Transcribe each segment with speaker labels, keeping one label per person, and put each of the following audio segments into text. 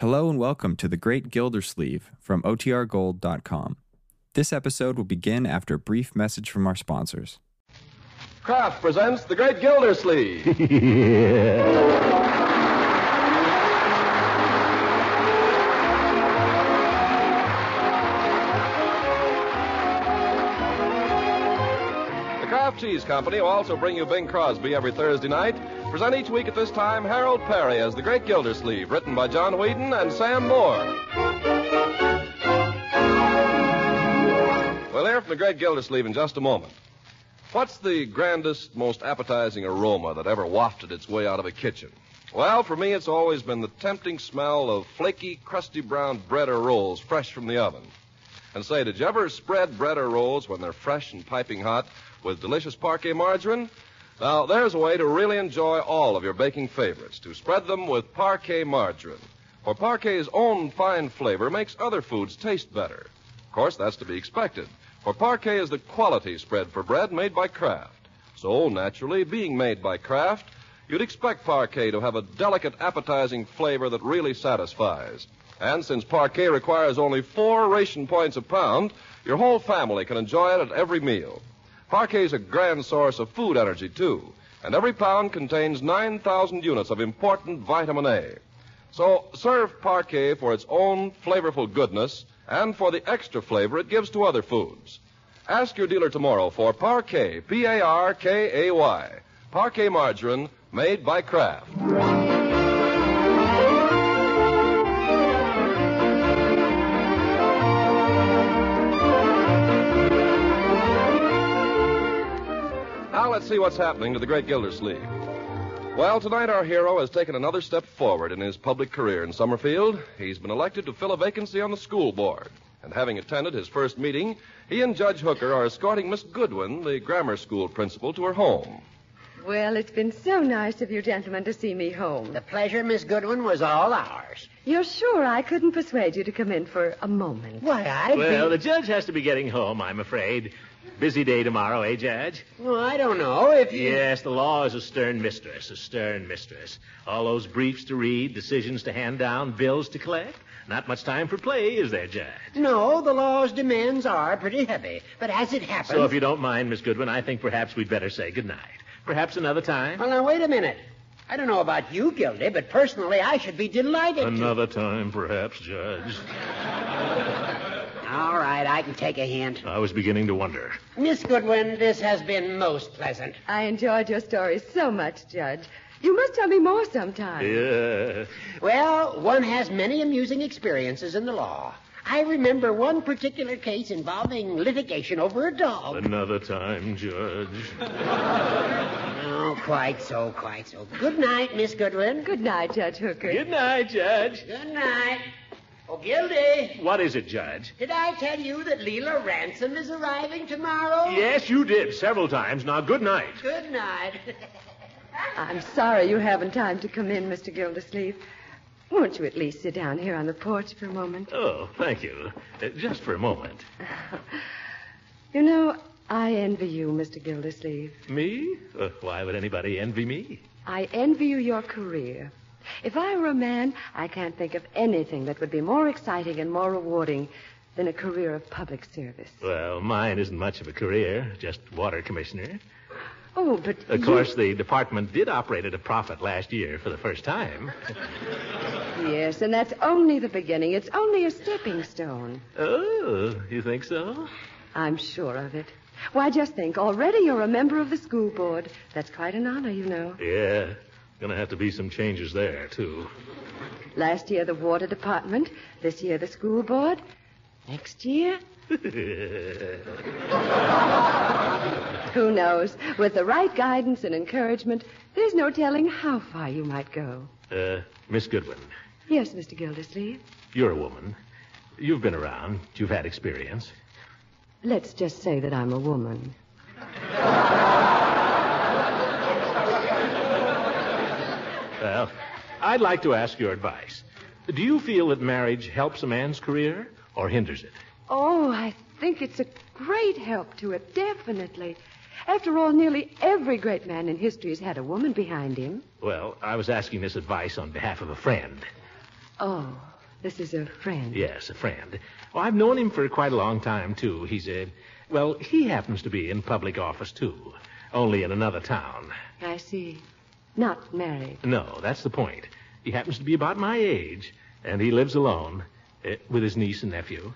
Speaker 1: Hello and welcome to The Great Gildersleeve from OTRGold.com. This episode will begin after a brief message from our sponsors.
Speaker 2: Kraft presents The Great Gildersleeve. The Kraft Cheese Company will also bring you Bing Crosby every Thursday night. Present each week at this time Harold Perry as The Great Gildersleeve, written by John Whedon and Sam Moore. We'll hear from The Great Gildersleeve in just a moment. What's the grandest, most appetizing aroma that ever wafted its way out of a kitchen? Well, for me, it's always been the tempting smell of flaky, crusty brown bread or rolls fresh from the oven. And say, did you ever spread bread or rolls when they're fresh and piping hot with delicious parquet margarine? Now, there's a way to really enjoy all of your baking favorites, to spread them with parquet margarine. For parquet's own fine flavor makes other foods taste better. Of course, that's to be expected, for parquet is the quality spread for bread made by Kraft. So, naturally, being made by Kraft, you'd expect parquet to have a delicate, appetizing flavor that really satisfies. And since parquet requires only four ration points a pound, your whole family can enjoy it at every meal. Parquet's a grand source of food energy, too, and every pound contains 9,000 units of important vitamin A. So serve parquet for its own flavorful goodness and for the extra flavor it gives to other foods. Ask your dealer tomorrow for parquet, P A R K A Y, parquet margarine made by Kraft. Now let's see what's happening to the great Gildersleeve. Well, tonight our hero has taken another step forward in his public career in Summerfield. He's been elected to fill a vacancy on the school board. And having attended his first meeting, he and Judge Hooker are escorting Miss Goodwin, the grammar school principal, to her home.
Speaker 3: Well, it's been so nice of you gentlemen to see me home.
Speaker 4: The pleasure, Miss Goodwin, was all ours.
Speaker 3: You're sure I couldn't persuade you to come in for a moment?
Speaker 4: Why, I.
Speaker 5: Well, the judge has to be getting home, I'm afraid. Busy day tomorrow, eh, Judge?
Speaker 4: Well, I don't know if you.
Speaker 5: Yes, the law is a stern mistress, a stern mistress. All those briefs to read, decisions to hand down, bills to collect. Not much time for play, is there, Judge?
Speaker 4: No, the law's demands are pretty heavy. But as it happens.
Speaker 5: So if you don't mind, Miss Goodwin, I think perhaps we'd better say goodnight. Perhaps another time?
Speaker 4: Well, now, wait a minute. I don't know about you, Gildy, but personally, I should be delighted.
Speaker 5: time, perhaps, Judge.
Speaker 4: To... All right, I can take a hint.
Speaker 5: I was beginning to wonder.
Speaker 4: Miss Goodwin, this has been most pleasant.
Speaker 3: I enjoyed your stories so much, Judge. You must tell me more sometime.
Speaker 5: Yeah.
Speaker 4: Well, one has many amusing experiences in the law. I remember one particular case involving litigation over a dog.
Speaker 5: Another time, Judge.
Speaker 4: Oh, quite so, quite so. Good night, Miss Goodwin.
Speaker 3: Good night, Judge Hooker.
Speaker 5: Good night, Judge.
Speaker 4: Good night. Oh, Gildy.
Speaker 5: What is it, Judge?
Speaker 4: Did I tell you that Leela Ransom is arriving tomorrow?
Speaker 5: Yes, you did several times. Now, good night.
Speaker 4: Good night.
Speaker 3: I'm sorry you haven't time to come in, Mr. Gildersleeve. Won't you at least sit down here on the porch for a moment?
Speaker 5: Oh, thank you. Uh, just for a moment.
Speaker 3: You know, I envy you, Mr. Gildersleeve.
Speaker 5: Me? Uh, why would anybody envy me?
Speaker 3: I envy you your career. If I were a man, I can't think of anything that would be more exciting and more rewarding than a career of public service.
Speaker 5: Well, mine isn't much of a career, just water commissioner.
Speaker 3: Oh, but
Speaker 5: Of
Speaker 3: you-
Speaker 5: course, the department did operate at a profit last year for the first time.
Speaker 3: Yes, and that's only the beginning. It's only a stepping stone.
Speaker 5: Oh, you think so?
Speaker 3: I'm sure of it. Why, just think, already you're a member of the school board. That's quite an honor, you know.
Speaker 5: Yeah. Gonna have to be some changes there, too.
Speaker 3: Last year, the water department. This year, the school board. Next year, who knows? With the right guidance and encouragement, there's no telling how far you might go.
Speaker 5: Uh, Miss Goodwin,
Speaker 3: Yes, Mr. Gildersleeve.
Speaker 5: you're a woman. You've been around. You've had experience.
Speaker 3: Let's just say that I'm a woman.
Speaker 5: Well, I'd like to ask your advice. Do you feel that marriage helps a man's career or hinders it?
Speaker 3: Oh, I think it's a great help to it, definitely. After all, nearly every great man in history has had a woman behind him.
Speaker 5: Well, I was asking this advice on behalf of a friend.
Speaker 3: Oh. This is a friend.
Speaker 5: Yes, a friend. Oh, I've known him for quite a long time, too. He's a. Well, he happens to be in public office, too, only in another town.
Speaker 3: I see. Not married.
Speaker 5: No, that's the point. He happens to be about my age, and he lives alone eh, with his niece and nephew.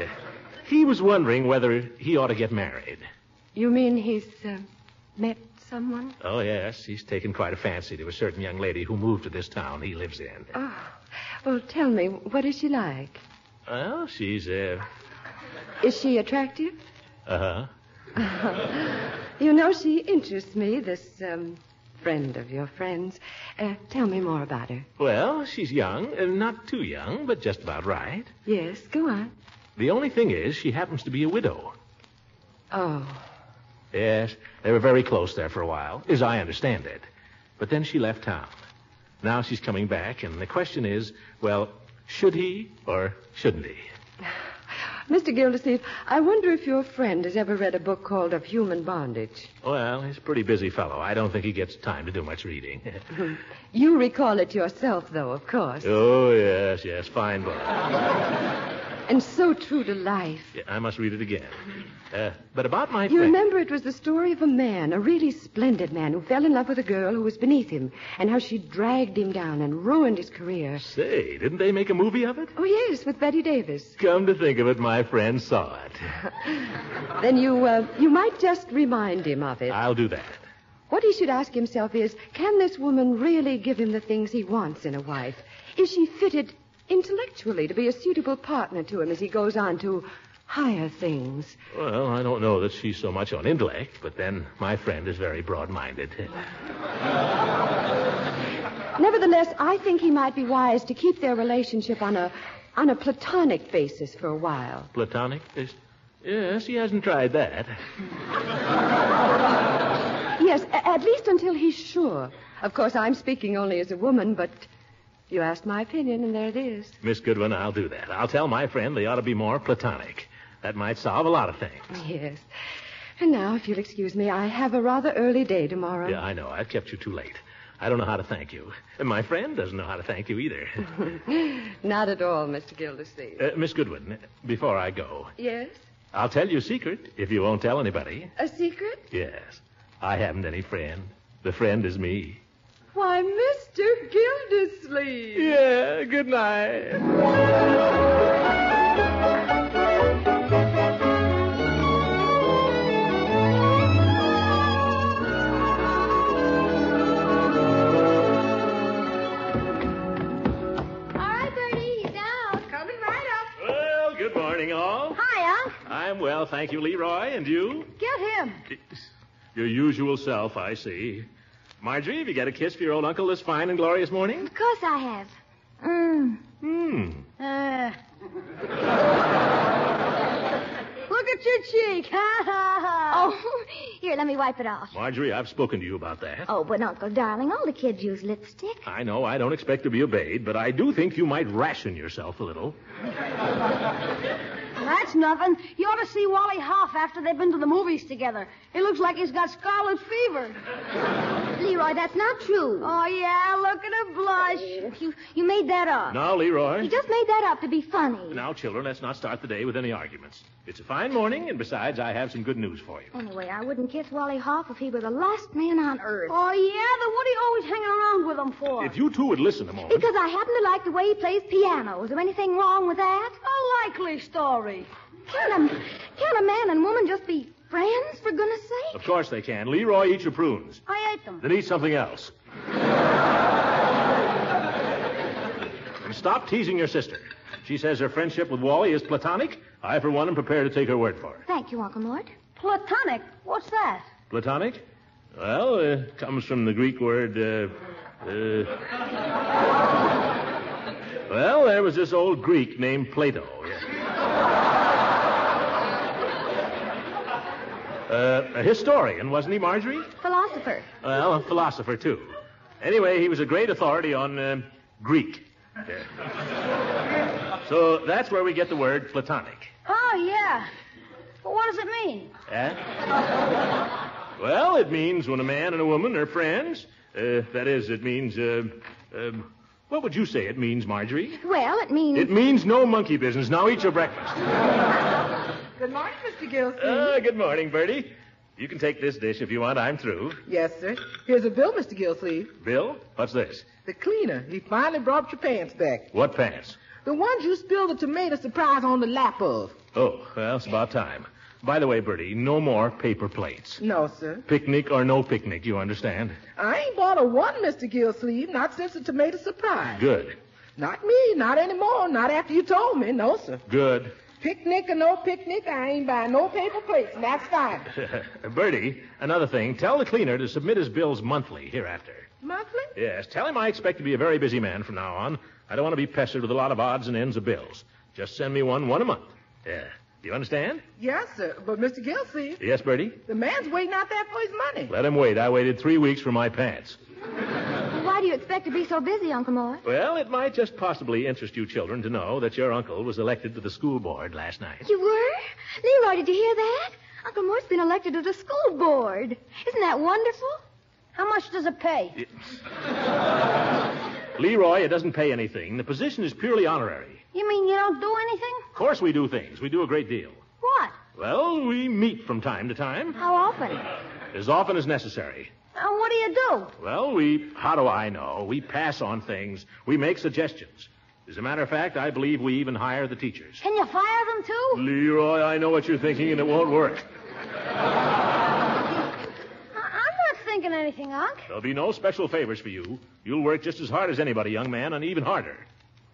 Speaker 5: Eh, he was wondering whether he ought to get married.
Speaker 3: You mean he's uh, met someone?
Speaker 5: Oh, yes, he's taken quite a fancy to a certain young lady who moved to this town he lives in.
Speaker 3: Oh. Well, tell me, what is she like?
Speaker 5: Well, she's, uh uh-huh.
Speaker 3: Is she attractive?
Speaker 5: huh.
Speaker 3: You know, she interests me, this um, friend of your friend's. Uh, tell me more about her.
Speaker 5: Well, she's young, uh, not too young, but just about right.
Speaker 3: Yes, go on.
Speaker 5: The only thing is, she happens to be a widow.
Speaker 3: Oh,
Speaker 5: Yes, they were very close there for a while, as I understand it. But then she left town. Now she's coming back, and the question is, well, should he or shouldn't he?
Speaker 3: Mr. Gildersleeve, I wonder if your friend has ever read a book called Of Human Bondage.
Speaker 5: Well, he's a pretty busy fellow. I don't think he gets time to do much reading.
Speaker 3: You recall it yourself, though, of course.
Speaker 5: oh, yes, yes, fine book.
Speaker 3: And so true to life.
Speaker 5: Yeah, I must read it again. Uh, but about my
Speaker 3: You
Speaker 5: friend.
Speaker 3: remember it was the story of a man, a really splendid man, who fell in love with a girl who was beneath him, and how she dragged him down and ruined his career.
Speaker 5: Say, didn't they make a movie of it?
Speaker 3: Oh, yes, with Betty Davis.
Speaker 5: Come to think of it, my friend saw it.
Speaker 3: Then you, uh, you might just remind him of it.
Speaker 5: I'll do that.
Speaker 3: What he should ask himself is, can this woman really give him the things he wants in a wife? Is she fitted intellectually to be a suitable partner to him as he goes on to higher things?
Speaker 5: Well, I don't know that she's so much on intellect, but then my friend is very broad minded.
Speaker 3: Nevertheless, I think he might be wise to keep their relationship on a on a platonic basis for a while.
Speaker 5: Platonic? Is... Yes, he hasn't tried that.
Speaker 3: Yes, a- at least until he's sure. Of course, I'm speaking only as a woman, but you asked my opinion, and there it is.
Speaker 5: Miss Goodwin, I'll do that. I'll tell my friend they ought to be more platonic. That might solve a lot of things.
Speaker 3: Yes. And now, if you'll excuse me, I have a rather early day tomorrow.
Speaker 5: Yeah, I know. I've kept you too late. I don't know how to thank you. And my friend doesn't know how to thank you either.
Speaker 3: Not at all, Mr. Gildersleeve.
Speaker 5: uh, Miss Goodwin, before I go,
Speaker 3: yes?
Speaker 5: I'll tell you a secret if you won't tell anybody.
Speaker 3: A secret?
Speaker 5: Yes. I haven't any friend. The friend is me.
Speaker 3: Why, Mr. Gildersleeve!
Speaker 5: Yeah, good night.
Speaker 6: All right, Bertie, he's out. Coming right up.
Speaker 5: Well, good morning, all.
Speaker 6: Hi, Unc.
Speaker 5: I'm well, thank you, Leroy. And you?
Speaker 6: Get him.
Speaker 5: Your usual self, I see. Marjorie, have you got a kiss for your old uncle this fine and glorious morning?
Speaker 6: Of course I have. Mm.
Speaker 5: Hmm.
Speaker 6: Uh. Look at your cheek. Ha ha ha. Oh, here, let me wipe it off.
Speaker 5: Marjorie, I've spoken to you about that.
Speaker 6: Oh, but Uncle Darling, all the kids use lipstick.
Speaker 5: I know I don't expect to be obeyed, but I do think you might ration yourself a little.
Speaker 7: That's nothing. You ought to see Wally Hoff after they've been to the movies together. He looks like he's got scarlet fever.
Speaker 6: Leroy, that's not true.
Speaker 7: Oh, yeah, look at her blush.
Speaker 6: You, you made that up.
Speaker 5: Now, Leroy.
Speaker 6: You just made that up to be funny.
Speaker 5: Now, children, let's not start the day with any arguments. It's a fine morning, and besides, I have some good news for you.
Speaker 6: Anyway, I wouldn't kiss Wally Hoff if he were the last man on earth.
Speaker 7: Oh, yeah, then what are you always hanging around with him for?
Speaker 5: If you two would listen a moment.
Speaker 6: Because I happen to like the way he plays piano. Is there anything wrong with that?
Speaker 7: A likely story.
Speaker 6: Can a, can a man and woman just be friends, for goodness sake?
Speaker 5: Of course they can. Leroy, eat your prunes.
Speaker 7: I ate them.
Speaker 5: Then eat something else. and stop teasing your sister. She says her friendship with Wally is platonic. I, for one, am prepared to take her word for it.
Speaker 6: Thank you, Uncle Mort.
Speaker 7: Platonic? What's that?
Speaker 5: Platonic? Well, uh, comes from the Greek word. Uh, uh... well, there was this old Greek named Plato. Uh, a historian, wasn't he, Marjorie?
Speaker 6: Philosopher.
Speaker 5: Well, a philosopher, too. Anyway, he was a great authority on uh, Greek. so that's where we get the word platonic.
Speaker 7: Oh, yeah. But what does it mean?
Speaker 5: Eh? well, it means when a man and a woman are friends. Uh, that is, it means uh, um, What would you say it means, Marjorie?
Speaker 6: Well, it means.
Speaker 5: It means no monkey business. Now eat your breakfast.
Speaker 8: Good morning, Mr. Gilsey.
Speaker 5: Ah, good morning, Bertie. You can take this dish if you want. I'm through.
Speaker 8: yes, sir. Here's a bill, Mr. Gilsleeve.
Speaker 5: Bill, what's this?
Speaker 8: The cleaner. He finally brought your pants back.
Speaker 5: What pants?
Speaker 8: The ones you spilled the tomato surprise on the lap of.
Speaker 5: Oh, well, it's about time. By the way, Bertie, no more paper plates.
Speaker 8: No, sir.
Speaker 5: Picnic or no picnic, you understand?
Speaker 8: I ain't bought a one, Mr. Gilsleeve, not since the tomato surprise.
Speaker 5: Good,
Speaker 8: Not me, not anymore, not after you told me. No, sir.
Speaker 5: good.
Speaker 8: Picnic or no picnic, I ain't buying no paper plates, and that's fine.
Speaker 5: Bertie, another thing. Tell the cleaner to submit his bills monthly hereafter.
Speaker 8: Monthly?
Speaker 5: Yes, tell him I expect to be a very busy man from now on. I don't want to be pestered with a lot of odds and ends of bills. Just send me one, one a month. Yeah. Do you understand?
Speaker 8: Yes, sir. But Mr. Gilsleeve,
Speaker 5: Yes, Bertie?
Speaker 8: the man's waiting out there for his money.
Speaker 5: Let him wait. I waited three weeks for my pants.
Speaker 6: Well, Why do you expect to be so busy, Uncle Mort?
Speaker 5: Well, it might just possibly interest you children to know that your uncle was elected to the school board last night.
Speaker 6: You were? Leroy, did you hear that? Uncle Mort's been elected to the school board. Isn't that wonderful?
Speaker 7: How much does it pay?
Speaker 5: Leroy, it doesn't pay anything. The position is purely honorary.
Speaker 7: You mean you don't do anything?
Speaker 5: Of course, we do things. We do a great deal.
Speaker 7: What?
Speaker 5: Well, we meet from time to time,
Speaker 7: How often?
Speaker 5: as often as necessary.
Speaker 7: Uh, what do you do?
Speaker 5: Well, we. How do I know? We pass on things, we make suggestions. As a matter of fact, I believe we even hire the teachers.
Speaker 7: Can you fire them too?
Speaker 5: Leroy, I know what you're thinking, and it won't work.
Speaker 7: I- Uh, I'm not thinking anything, Unc.
Speaker 5: There'll be no special favors for you. You'll work just as hard as anybody, young man, and even harder.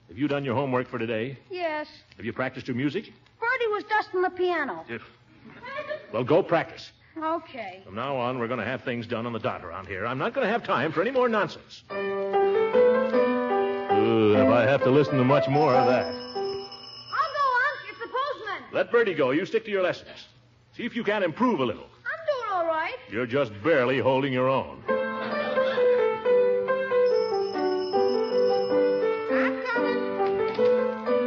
Speaker 5: Have you done your homework for today?
Speaker 7: Yes.
Speaker 5: Have you practiced your music?
Speaker 7: Bertie was dusting the piano.
Speaker 5: Well, go practice.
Speaker 7: Okay.
Speaker 5: From now on, we're going to have things done on the dot around here. I'm not going to have time for any more nonsense. Ooh, if I have to listen to much more of that.
Speaker 7: I'll go, Unc. It's the postman.
Speaker 5: Let Bertie go. You stick to your lessons. See if you can't improve a little.
Speaker 7: I'm doing all right.
Speaker 5: You're just barely holding your own.
Speaker 8: Hmm.
Speaker 7: I'm coming.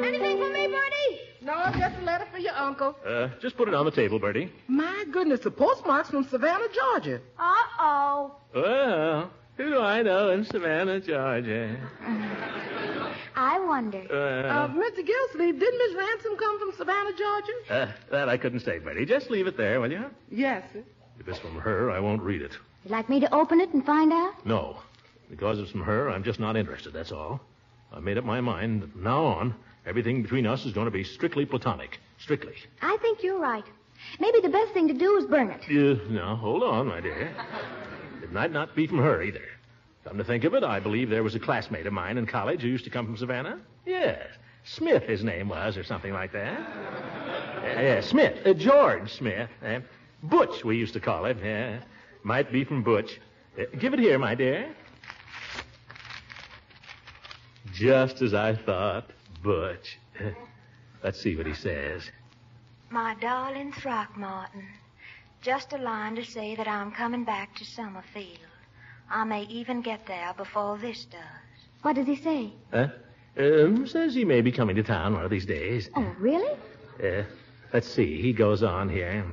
Speaker 7: Anything for me, Bertie?
Speaker 8: No, just a letter for your uncle.
Speaker 5: Uh, just put it on the table, Bertie.
Speaker 8: My goodness, the postmark's from Savannah, Georgia.
Speaker 7: Uh-oh.
Speaker 5: Well, who do I know in Savannah, Georgia?
Speaker 6: I wonder.
Speaker 8: Uh, Mr. Gilsleeve, didn't Miss Ransom come from Savannah, Georgia?
Speaker 5: uh, that I couldn't say, Bertie. Just leave it there, will you?
Speaker 8: Yes, sir.
Speaker 5: If it's from her, I won't read it.
Speaker 6: You'd like me to open it and find out?
Speaker 5: No. Because it's from her, I'm just not interested, that's all. I made up my mind that from now on, everything between us is going to be strictly platonic. Strictly.
Speaker 6: I think you're right. Maybe the best thing to do is burn it.
Speaker 5: Uh, now, hold on, my dear. It might not be from her either. Come to think of it, I believe there was a classmate of mine in college who used to come from Savannah. Yes. Smith, his name was, or something like that. Uh, yeah, Smith. Uh, George Smith. Uh, Butch, we used to call him. Yeah. Might be from Butch. Uh, give it here, my dear. Just as I thought, Butch. Uh, Let's see what he says.
Speaker 9: My darling Throckmorton, just a line to say that I'm coming back to Summerfield. I may even get there before this does.
Speaker 6: What does he say?
Speaker 5: Huh? Um, says he may be coming to town one of these days.
Speaker 6: Oh, really?
Speaker 5: Uh, let's see. He goes on here.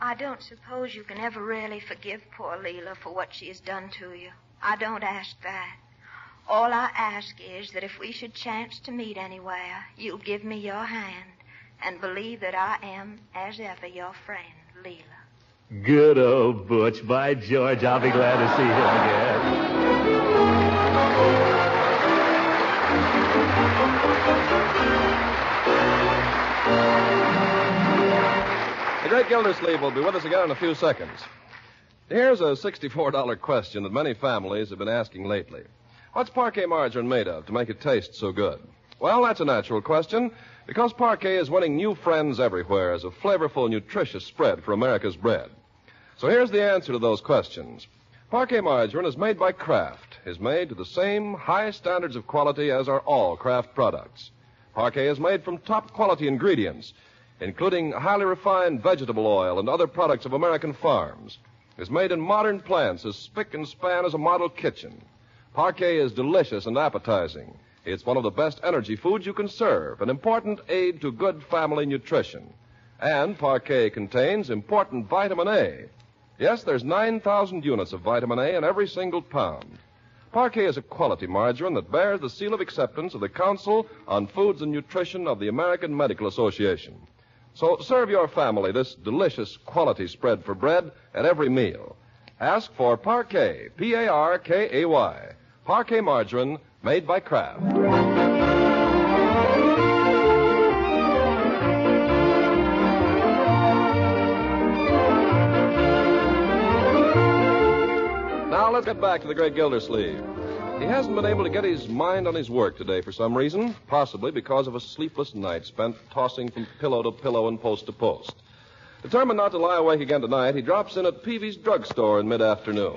Speaker 9: I don't suppose you can ever really forgive poor Leela for what she has done to you. I don't ask that. All I ask is that if we should chance to meet anywhere, you'll give me your hand and believe that I am, as ever, your friend, Leela.
Speaker 5: Good old Butch. By George, I'll be glad to see him again.
Speaker 2: The great Gildersleeve will be with us again in a few seconds. Here's a $64 question that many families have been asking lately. What's parquet margarine made of to make it taste so good? Well, that's a natural question because parquet is winning new friends everywhere as a flavorful, nutritious spread for America's bread. So here's the answer to those questions. Parquet margarine is made by Kraft, is made to the same high standards of quality as are all Kraft products. Parquet is made from top quality ingredients, including highly refined vegetable oil and other products of American farms. Is made in modern plants as spick and span as a model kitchen. Parquet is delicious and appetizing. It's one of the best energy foods you can serve, an important aid to good family nutrition. And parquet contains important vitamin A. Yes, there's 9,000 units of vitamin A in every single pound. Parquet is a quality margarine that bears the seal of acceptance of the Council on Foods and Nutrition of the American Medical Association. So serve your family this delicious quality spread for bread at every meal. Ask for Parquet, P A R K A Y. Parquet margarine made by Kraft. Now let's get back to the great Gildersleeve. He hasn't been able to get his mind on his work today for some reason, possibly because of a sleepless night spent tossing from pillow to pillow and post to post. Determined not to lie awake again tonight, he drops in at Peavy's drugstore in mid afternoon.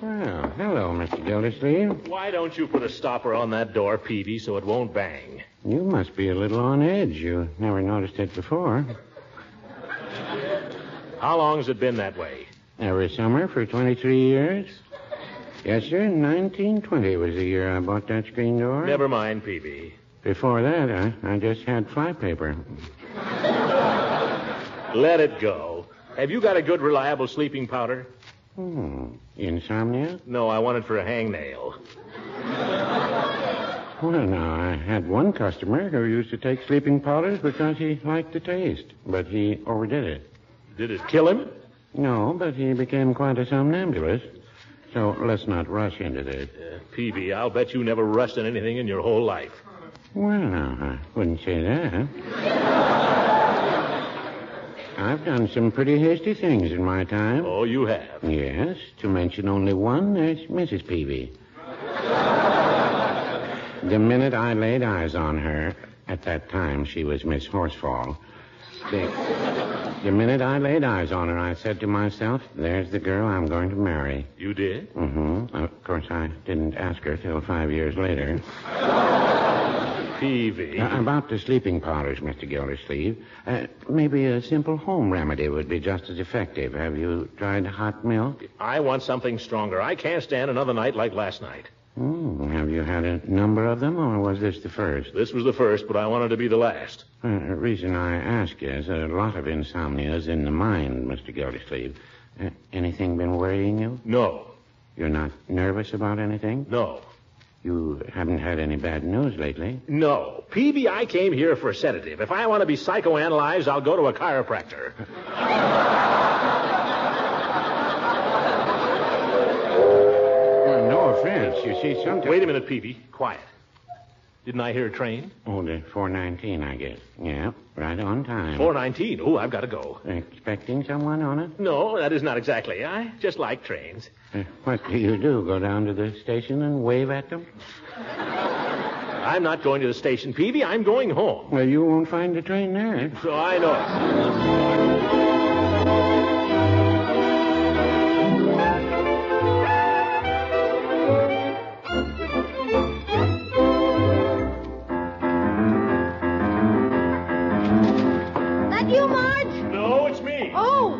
Speaker 10: Well, hello, Mr. Gildersleeve.
Speaker 5: Why don't you put a stopper on that door, Peavy, so it won't bang?
Speaker 10: You must be a little on edge. You never noticed it before.
Speaker 5: How long's it been that way?
Speaker 10: Every summer for 23 years. Yes, sir. 1920 was the year I bought that screen door.
Speaker 5: Never mind, Peavy.
Speaker 10: Before that, I, I just had fly paper.
Speaker 5: Let it go. Have you got a good, reliable sleeping powder?
Speaker 10: Hmm. Insomnia?
Speaker 5: No, I want it for a hangnail.
Speaker 10: Well, now, I had one customer who used to take sleeping powders because he liked the taste, but he overdid it.
Speaker 5: Did it kill him?
Speaker 10: No, but he became quite a somnambulist. So let's not rush into this.
Speaker 5: Uh, Peavy, I'll bet you never rushed in anything in your whole life.
Speaker 10: Well, now, I wouldn't say that. I've done some pretty hasty things in my time.
Speaker 5: Oh, you have.
Speaker 10: Yes, to mention only one, there's Mrs. Peavy. the minute I laid eyes on her, at that time she was Miss Horsefall. The, the minute I laid eyes on her, I said to myself, there's the girl I'm going to marry.
Speaker 5: You did?
Speaker 10: Mm-hmm. Of course, I didn't ask her till five years later.
Speaker 5: Peavy.
Speaker 10: Uh, about the sleeping powders, Mr. Gildersleeve, uh, maybe a simple home remedy would be just as effective. Have you tried hot milk?
Speaker 5: I want something stronger. I can't stand another night like last night.
Speaker 10: Hmm, have you had a number of them, or was this the first?
Speaker 5: This was the first, but I wanted to be the last.
Speaker 10: Uh, the reason I ask is a lot of insomnia is in the mind, Mr. Gildersleeve. Uh, anything been worrying you?
Speaker 5: No,
Speaker 10: You're not nervous about anything?
Speaker 5: no,
Speaker 10: You haven't had any bad news lately?
Speaker 5: no. Peavy, I came here for a sedative. If I want to be psychoanalyzed, I'll go to a chiropractor.
Speaker 10: Well, Uh, no offense. You see, sometimes.
Speaker 5: Wait a minute, Peavy. Quiet. Didn't I hear a train?
Speaker 10: Oh, the 419, I guess. Yeah, right on time.
Speaker 5: 419. Oh, I've got to go.
Speaker 10: Expecting someone on it?
Speaker 5: No, that is not exactly. I just like trains.
Speaker 10: Uh, what do you do? Go down to the station and wave at them?
Speaker 5: I'm not going to the station, Peavy. I'm going home.
Speaker 10: Well, you won't find the train there.
Speaker 5: So I know.
Speaker 6: That you, Marge?
Speaker 5: No, it's me.
Speaker 6: Oh,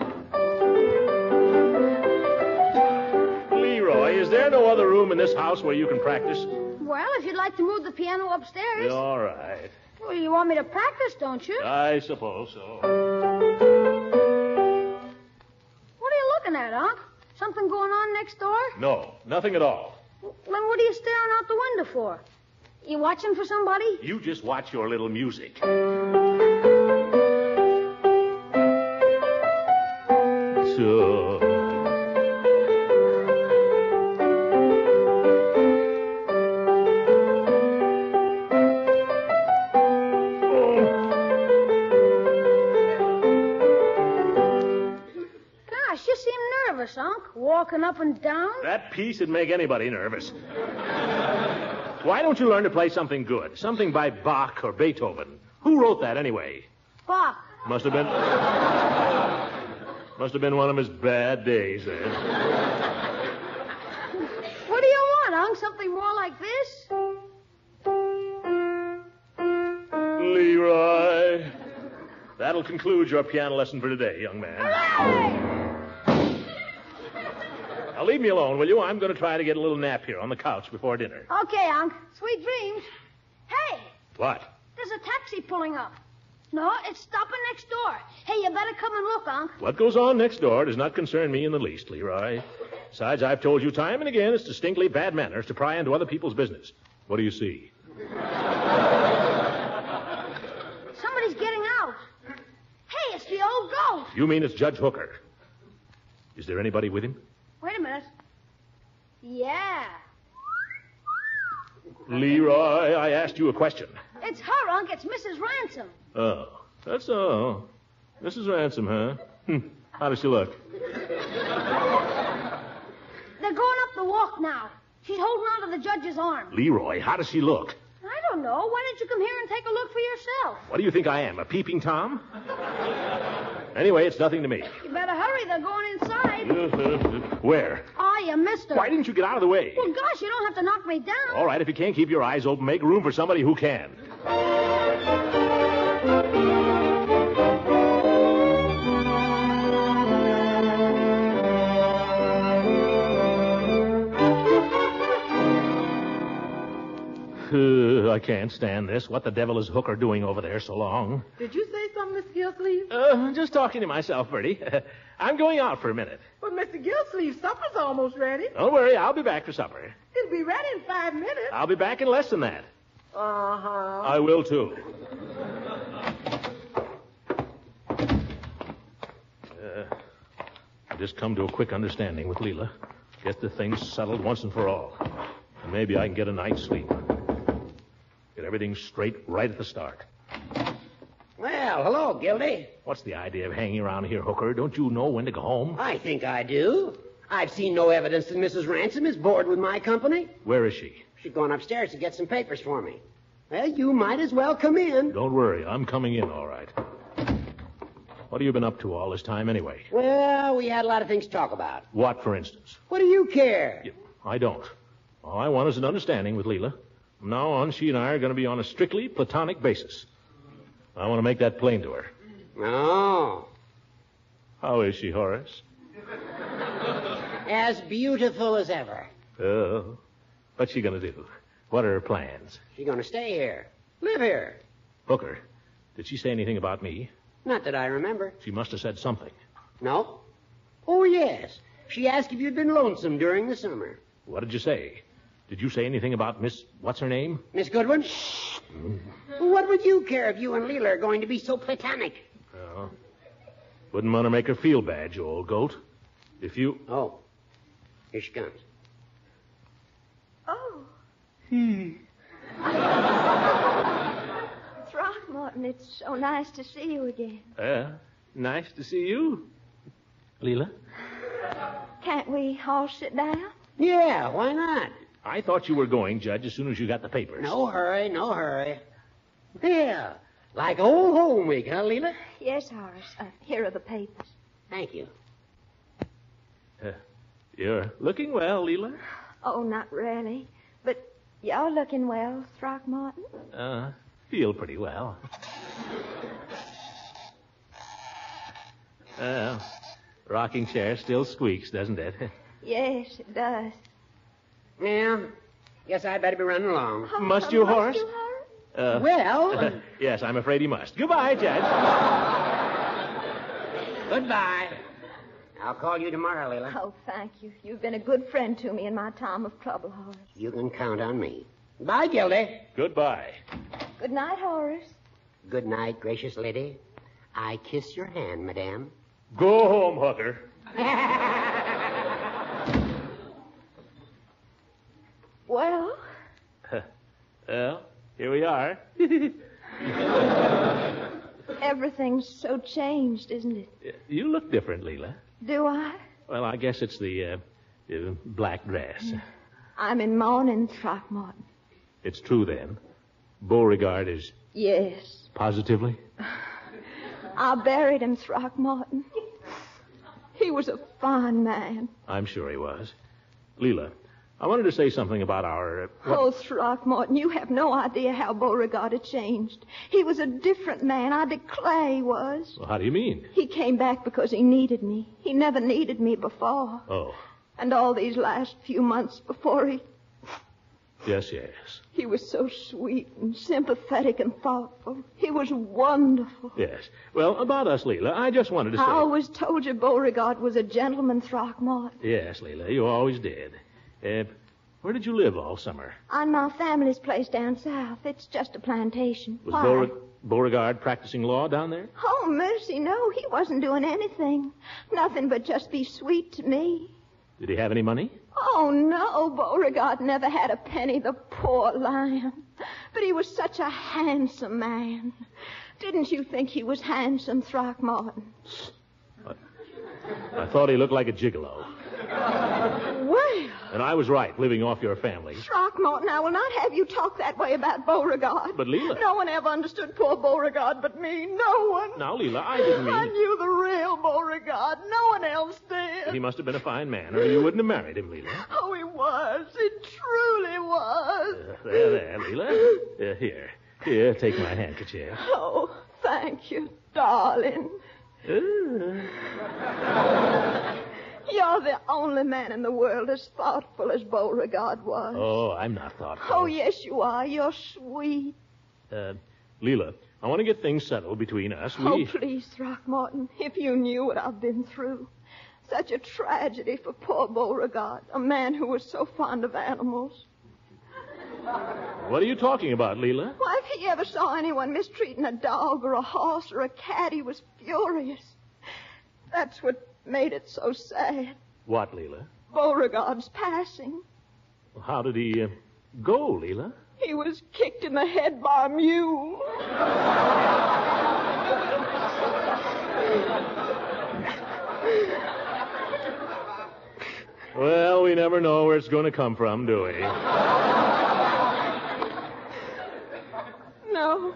Speaker 5: Leroy, is there no other room in this house where you can practice?
Speaker 7: Well, if you'd like to move the piano upstairs.
Speaker 5: All right.
Speaker 7: Well, you want me to practice, don't you?
Speaker 5: I suppose so.
Speaker 7: What are you looking at, Unc? Something going on next door?
Speaker 5: No, nothing at all.
Speaker 7: Well, Then what are you staring out the window for? You watching for somebody?
Speaker 5: You just watch your little music. So.
Speaker 7: Gosh, you seem nervous, Unc. Walking up and down.
Speaker 5: That piece would make anybody nervous. Why don't you learn to play something good? Something by Bach or Beethoven. Who wrote that anyway?
Speaker 7: Bach.
Speaker 5: Must have been. Must have been one of his bad days eh? then.
Speaker 7: What do you want, Unc? Something more like this?
Speaker 5: Leroy. That'll conclude your piano lesson for today, young man. Now leave me alone, will you? I'm going to try to get a little nap here on the couch before dinner.
Speaker 7: Okay, Unc. Sweet dreams. Hey,
Speaker 5: What?
Speaker 7: there's a taxi pulling up. No, it's stopping next door. Hey, you better come and look, Unc.
Speaker 5: What goes on next door does not concern me in the least, Leroy. Besides, I've told you time and again it's distinctly bad manners to pry into other people's business. What do you see?
Speaker 7: Somebody's getting out. Hey, it's the old ghost.
Speaker 5: You mean it's Judge Hooker. Is there anybody with him?
Speaker 7: Wait a minute. Yeah.
Speaker 5: Leroy, I asked you a question.
Speaker 7: It's her, Unc. It's Mrs. Ransom.
Speaker 5: Oh, that's uh, all. Mrs. Ransom, huh? Hmm. How does she look?
Speaker 7: They're going up the walk now. She's holding on to the judge's arm.
Speaker 5: Leroy, how does she look?
Speaker 7: I don't know. Why don't you come here and take a look for yourself?
Speaker 5: What do you think I am, a peeping Tom? Anyway, it's nothing to me.
Speaker 7: You better hurry. They're going inside.
Speaker 5: Where?
Speaker 7: Oh, you missed her.
Speaker 5: Why didn't you get out of the way?
Speaker 7: Well, gosh, you don't have to knock me down.
Speaker 5: All right, if you can't keep your eyes open, make room for somebody who can. Uh, I can't stand this. What the devil is Hooker doing over there so long?
Speaker 8: Did you say something, Mr. Gillsleeve?
Speaker 5: Uh, just talking to myself, Bertie. I'm going out for a minute.
Speaker 8: But Mr. Gillsleeve, supper's almost ready.
Speaker 5: Don't worry, I'll be back for supper.
Speaker 8: It'll be ready in five minutes.
Speaker 5: I'll be back in less than that.
Speaker 8: Uh huh.
Speaker 5: I will too. Uh, I just come to a quick understanding with Leela. Get the thing settled once and for all. And maybe I can get a night's sleep. Get everything straight right at the start.
Speaker 4: Well, hello, Gildy.
Speaker 5: What's the idea of hanging around here, Hooker? Don't you know when to go home?
Speaker 4: I think I do. I've seen no evidence that Mrs. Ransom is bored with my company.
Speaker 5: Where is she?
Speaker 4: She's gone upstairs to get some papers for me. Well, you might as well come in.
Speaker 5: Don't worry, I'm coming in all right. What have you been up to all this time anyway?
Speaker 4: Well, we had a lot of things to talk about.
Speaker 5: What, for instance?
Speaker 4: What do you care?
Speaker 5: I don't. All I want is an understanding with Leela. From now on, she and I are going to be on a strictly platonic basis. I want to make that plain to her.
Speaker 4: Oh.
Speaker 5: How is she, Horace?
Speaker 4: As beautiful as ever.
Speaker 5: Oh. What's she going to do? What are her plans?
Speaker 4: She's going to stay here. Live here.
Speaker 5: Hooker, did she say anything about me?
Speaker 4: Not that I remember.
Speaker 5: She must have said something.
Speaker 4: No? Oh, yes. She asked if you'd been lonesome during the summer.
Speaker 5: What did you say? Did you say anything about Miss. What's her name?
Speaker 4: Miss Goodwin? What would you care if you and Leela are going to be so platonic?
Speaker 5: Oh. Wouldn't want to make her feel bad, you old goat. If you.
Speaker 4: Oh. Here she comes.
Speaker 9: Oh,
Speaker 6: Throckmorton, it's so nice to see you again.
Speaker 5: Uh, nice to see you. Leela?
Speaker 6: Can't we all sit down?
Speaker 4: Yeah, why not?
Speaker 5: I thought you were going, Judge, as soon as you got the papers.
Speaker 4: No hurry, no hurry. Yeah, like old home week, huh, Leela?
Speaker 6: Yes, Horace. Uh, here are the papers.
Speaker 4: Thank you.
Speaker 5: Uh, You're looking well, Leela.
Speaker 6: Oh, not really. But you're looking well, Throckmorton.
Speaker 5: Uh, feel pretty well. Uh, rocking chair still squeaks, doesn't it?
Speaker 6: Yes, it does.
Speaker 4: Yeah, guess I'd better be running along.
Speaker 6: Oh,
Speaker 5: Must you, Horace?
Speaker 6: you, Horace?
Speaker 5: Uh,
Speaker 4: Well, uh,
Speaker 5: yes, I'm afraid he must. Goodbye, Judge.
Speaker 4: goodbye. I'll call you tomorrow, Leela.
Speaker 6: Oh, thank you. You've been a good friend to me in my time of trouble, Horace.
Speaker 4: You can count on me. Bye, Gildy.
Speaker 5: Goodbye.
Speaker 6: Good night, Horace.
Speaker 4: Good night, gracious lady. I kiss your hand, madame.
Speaker 5: Go home, Hooker.
Speaker 6: Well,
Speaker 5: Uh, Well, here we are.
Speaker 6: everything's so changed, isn't it?
Speaker 5: You look different, Leela.
Speaker 6: Do I?
Speaker 5: Well, I guess it's the uh, uh, black dress.
Speaker 6: I'm in mourning, Throckmorton.
Speaker 5: It's true, then. Beauregard is
Speaker 6: Yes.
Speaker 5: positively.
Speaker 6: I buried him, Throckmorton. He was a fine man.
Speaker 5: I'm sure he was. Leela, I wanted to say something about our. Uh, what-
Speaker 6: Oh, Throckmorton, you have no idea how Beauregard had changed. He was a different man. I declare he was.
Speaker 5: Well, how do you mean?
Speaker 6: He came back because he needed me. He never needed me before.
Speaker 5: Oh,
Speaker 6: And all these last few months before he.
Speaker 5: Yes, yes.
Speaker 6: He was so sweet and sympathetic and thoughtful. He was wonderful.
Speaker 5: Yes. Well, about us, Leela, I just wanted to say.
Speaker 6: I always told you Beauregard was a gentleman, Throckmorton.
Speaker 5: Yes, Leela, you always did. Uh, where did you live all summer?
Speaker 6: On my family's place down south. It's just a plantation.
Speaker 5: Was
Speaker 6: Why?
Speaker 5: Beaure- Beauregard practicing law down there?
Speaker 6: Oh, mercy, no. He wasn't doing anything. Nothing but just be sweet to me.
Speaker 5: Did he have any money?
Speaker 6: Oh, no. Beauregard never had a penny, the poor lion. But he was such a handsome man. Didn't you think he was handsome, Throckmorton?
Speaker 5: I thought he looked like a gigolo.
Speaker 6: Well,
Speaker 5: And I was right, living off your family.
Speaker 6: Throckmorton, I will not have you talk that way about Beauregard.
Speaker 5: But, Leela-
Speaker 6: No one ever understood poor Beauregard but me. No one.
Speaker 5: Now, Leela, I didn't
Speaker 6: I
Speaker 5: mean.
Speaker 6: knew the real Beauregard. No one else did.
Speaker 5: He must have been a fine man, or you wouldn't have married him, Leela.
Speaker 6: Oh, he was. He truly was.
Speaker 5: There, there, Leela. Uh, here. Here, take my handkerchief.
Speaker 6: Oh, thank you, darling.
Speaker 5: Uh,
Speaker 6: You're the only man in the world as thoughtful as Beauregard was.
Speaker 5: oh, I'm not thoughtful.
Speaker 6: Oh, yes, you are. You're sweet.
Speaker 5: Uh, Leela, I want to get things settled between us. We...
Speaker 6: Oh, please, Throckmorton, if you knew what I've been through. Such a tragedy for poor Beauregard, a man who was so fond of animals.
Speaker 5: What are you talking about, Leela?
Speaker 6: Why, if he ever saw anyone mistreating a dog or a horse or a cat, he was furious. That's what made it so sad.
Speaker 5: What, Leela?
Speaker 6: Beauregard's passing.
Speaker 5: How did he uh, go, Leela?
Speaker 6: He was kicked in the head by a mule.
Speaker 5: Well, we never know where it's going to come from, do we?
Speaker 6: No.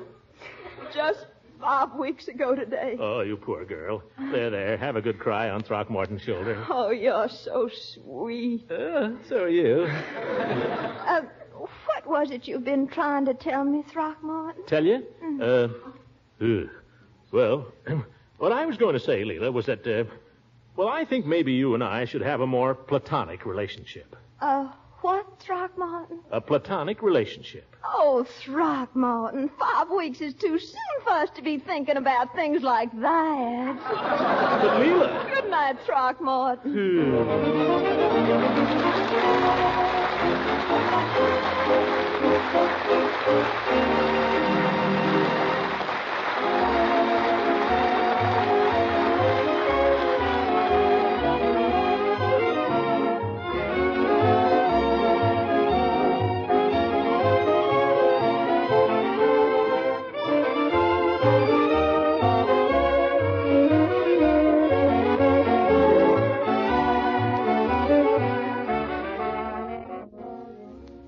Speaker 6: Just five weeks ago today.
Speaker 5: Oh, you poor girl. There, there. Have a good cry on Throckmorton's shoulder.
Speaker 6: Oh, you're so sweet.
Speaker 5: Uh, so are you.
Speaker 6: Uh, what was it you've been trying to tell me, Throckmorton?
Speaker 5: Tell you? Uh, ugh. well, what I was going to say, Leela, was that, uh, well, I think maybe you and I should have a more platonic relationship.
Speaker 6: Uh, what, Throckmorton?
Speaker 5: A platonic relationship.
Speaker 6: Oh, Throckmorton, five weeks is too soon for us to be thinking about things like that.
Speaker 5: But, Leela.
Speaker 6: Good night, Throckmorton.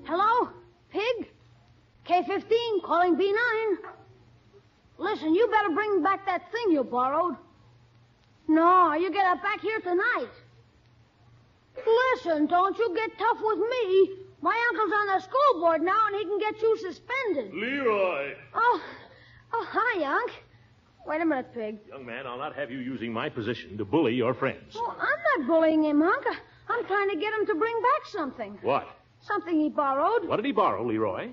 Speaker 7: Hello? Pig? K15 calling B9. Listen, you better bring back that thing you borrowed. No, you get it back here tonight. Listen, don't you get tough with me. My uncle's on the school board now and he can get you suspended.
Speaker 5: Leroy!
Speaker 7: Oh, oh, hi, Unc. Wait a minute, Pig.
Speaker 5: Young man, I'll not have you using my position to bully your friends.
Speaker 7: Oh, I'm not bullying him, Unc. I'm trying to get him to bring back something.
Speaker 5: What?
Speaker 7: Something he borrowed.
Speaker 5: What did he borrow, Leroy?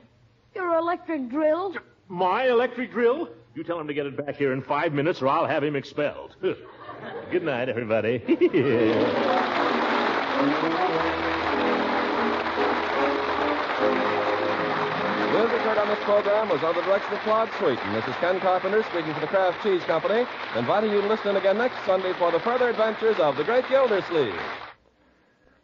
Speaker 7: Your electric drill.
Speaker 5: My electric drill? You tell him to get it back here in five minutes, or I'll have him expelled. Good night, everybody.
Speaker 2: Music heard on this program was under the direction of Claude Sweeten. This is Ken Carpenter speaking for the Kraft Cheese Company, inviting you to listen in again next Sunday for the further adventures of the Great Gildersleeve.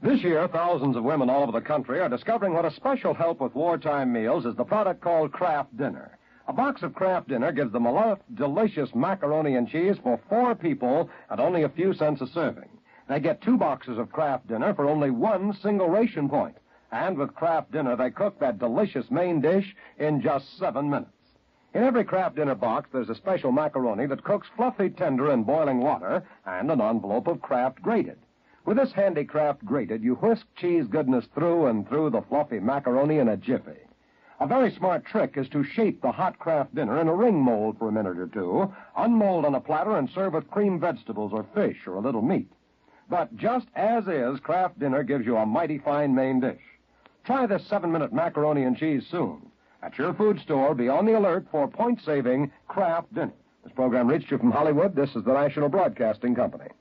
Speaker 11: This year, thousands of women all over the country are discovering what a special help with wartime meals is the product called Kraft Dinner. A box of Kraft Dinner gives them a lot of delicious macaroni and cheese for four people at only a few cents a serving. They get two boxes of Kraft Dinner for only one single ration point. And with Kraft Dinner, they cook that delicious main dish in just seven minutes. In every Kraft Dinner box, there's a special macaroni that cooks fluffy tender in boiling water and an envelope of Kraft grated. With this handicraft grated, you whisk cheese goodness through and through the fluffy macaroni in a jiffy. A very smart trick is to shape the hot craft dinner in a ring mold for a minute or two, unmold on a platter, and serve with creamed vegetables or fish or a little meat. But just as is, craft dinner gives you a mighty fine main dish. Try this seven minute macaroni and cheese soon. At your food store, be on the alert for point saving Kraft dinner. This program reached you from Hollywood. This is the National Broadcasting Company.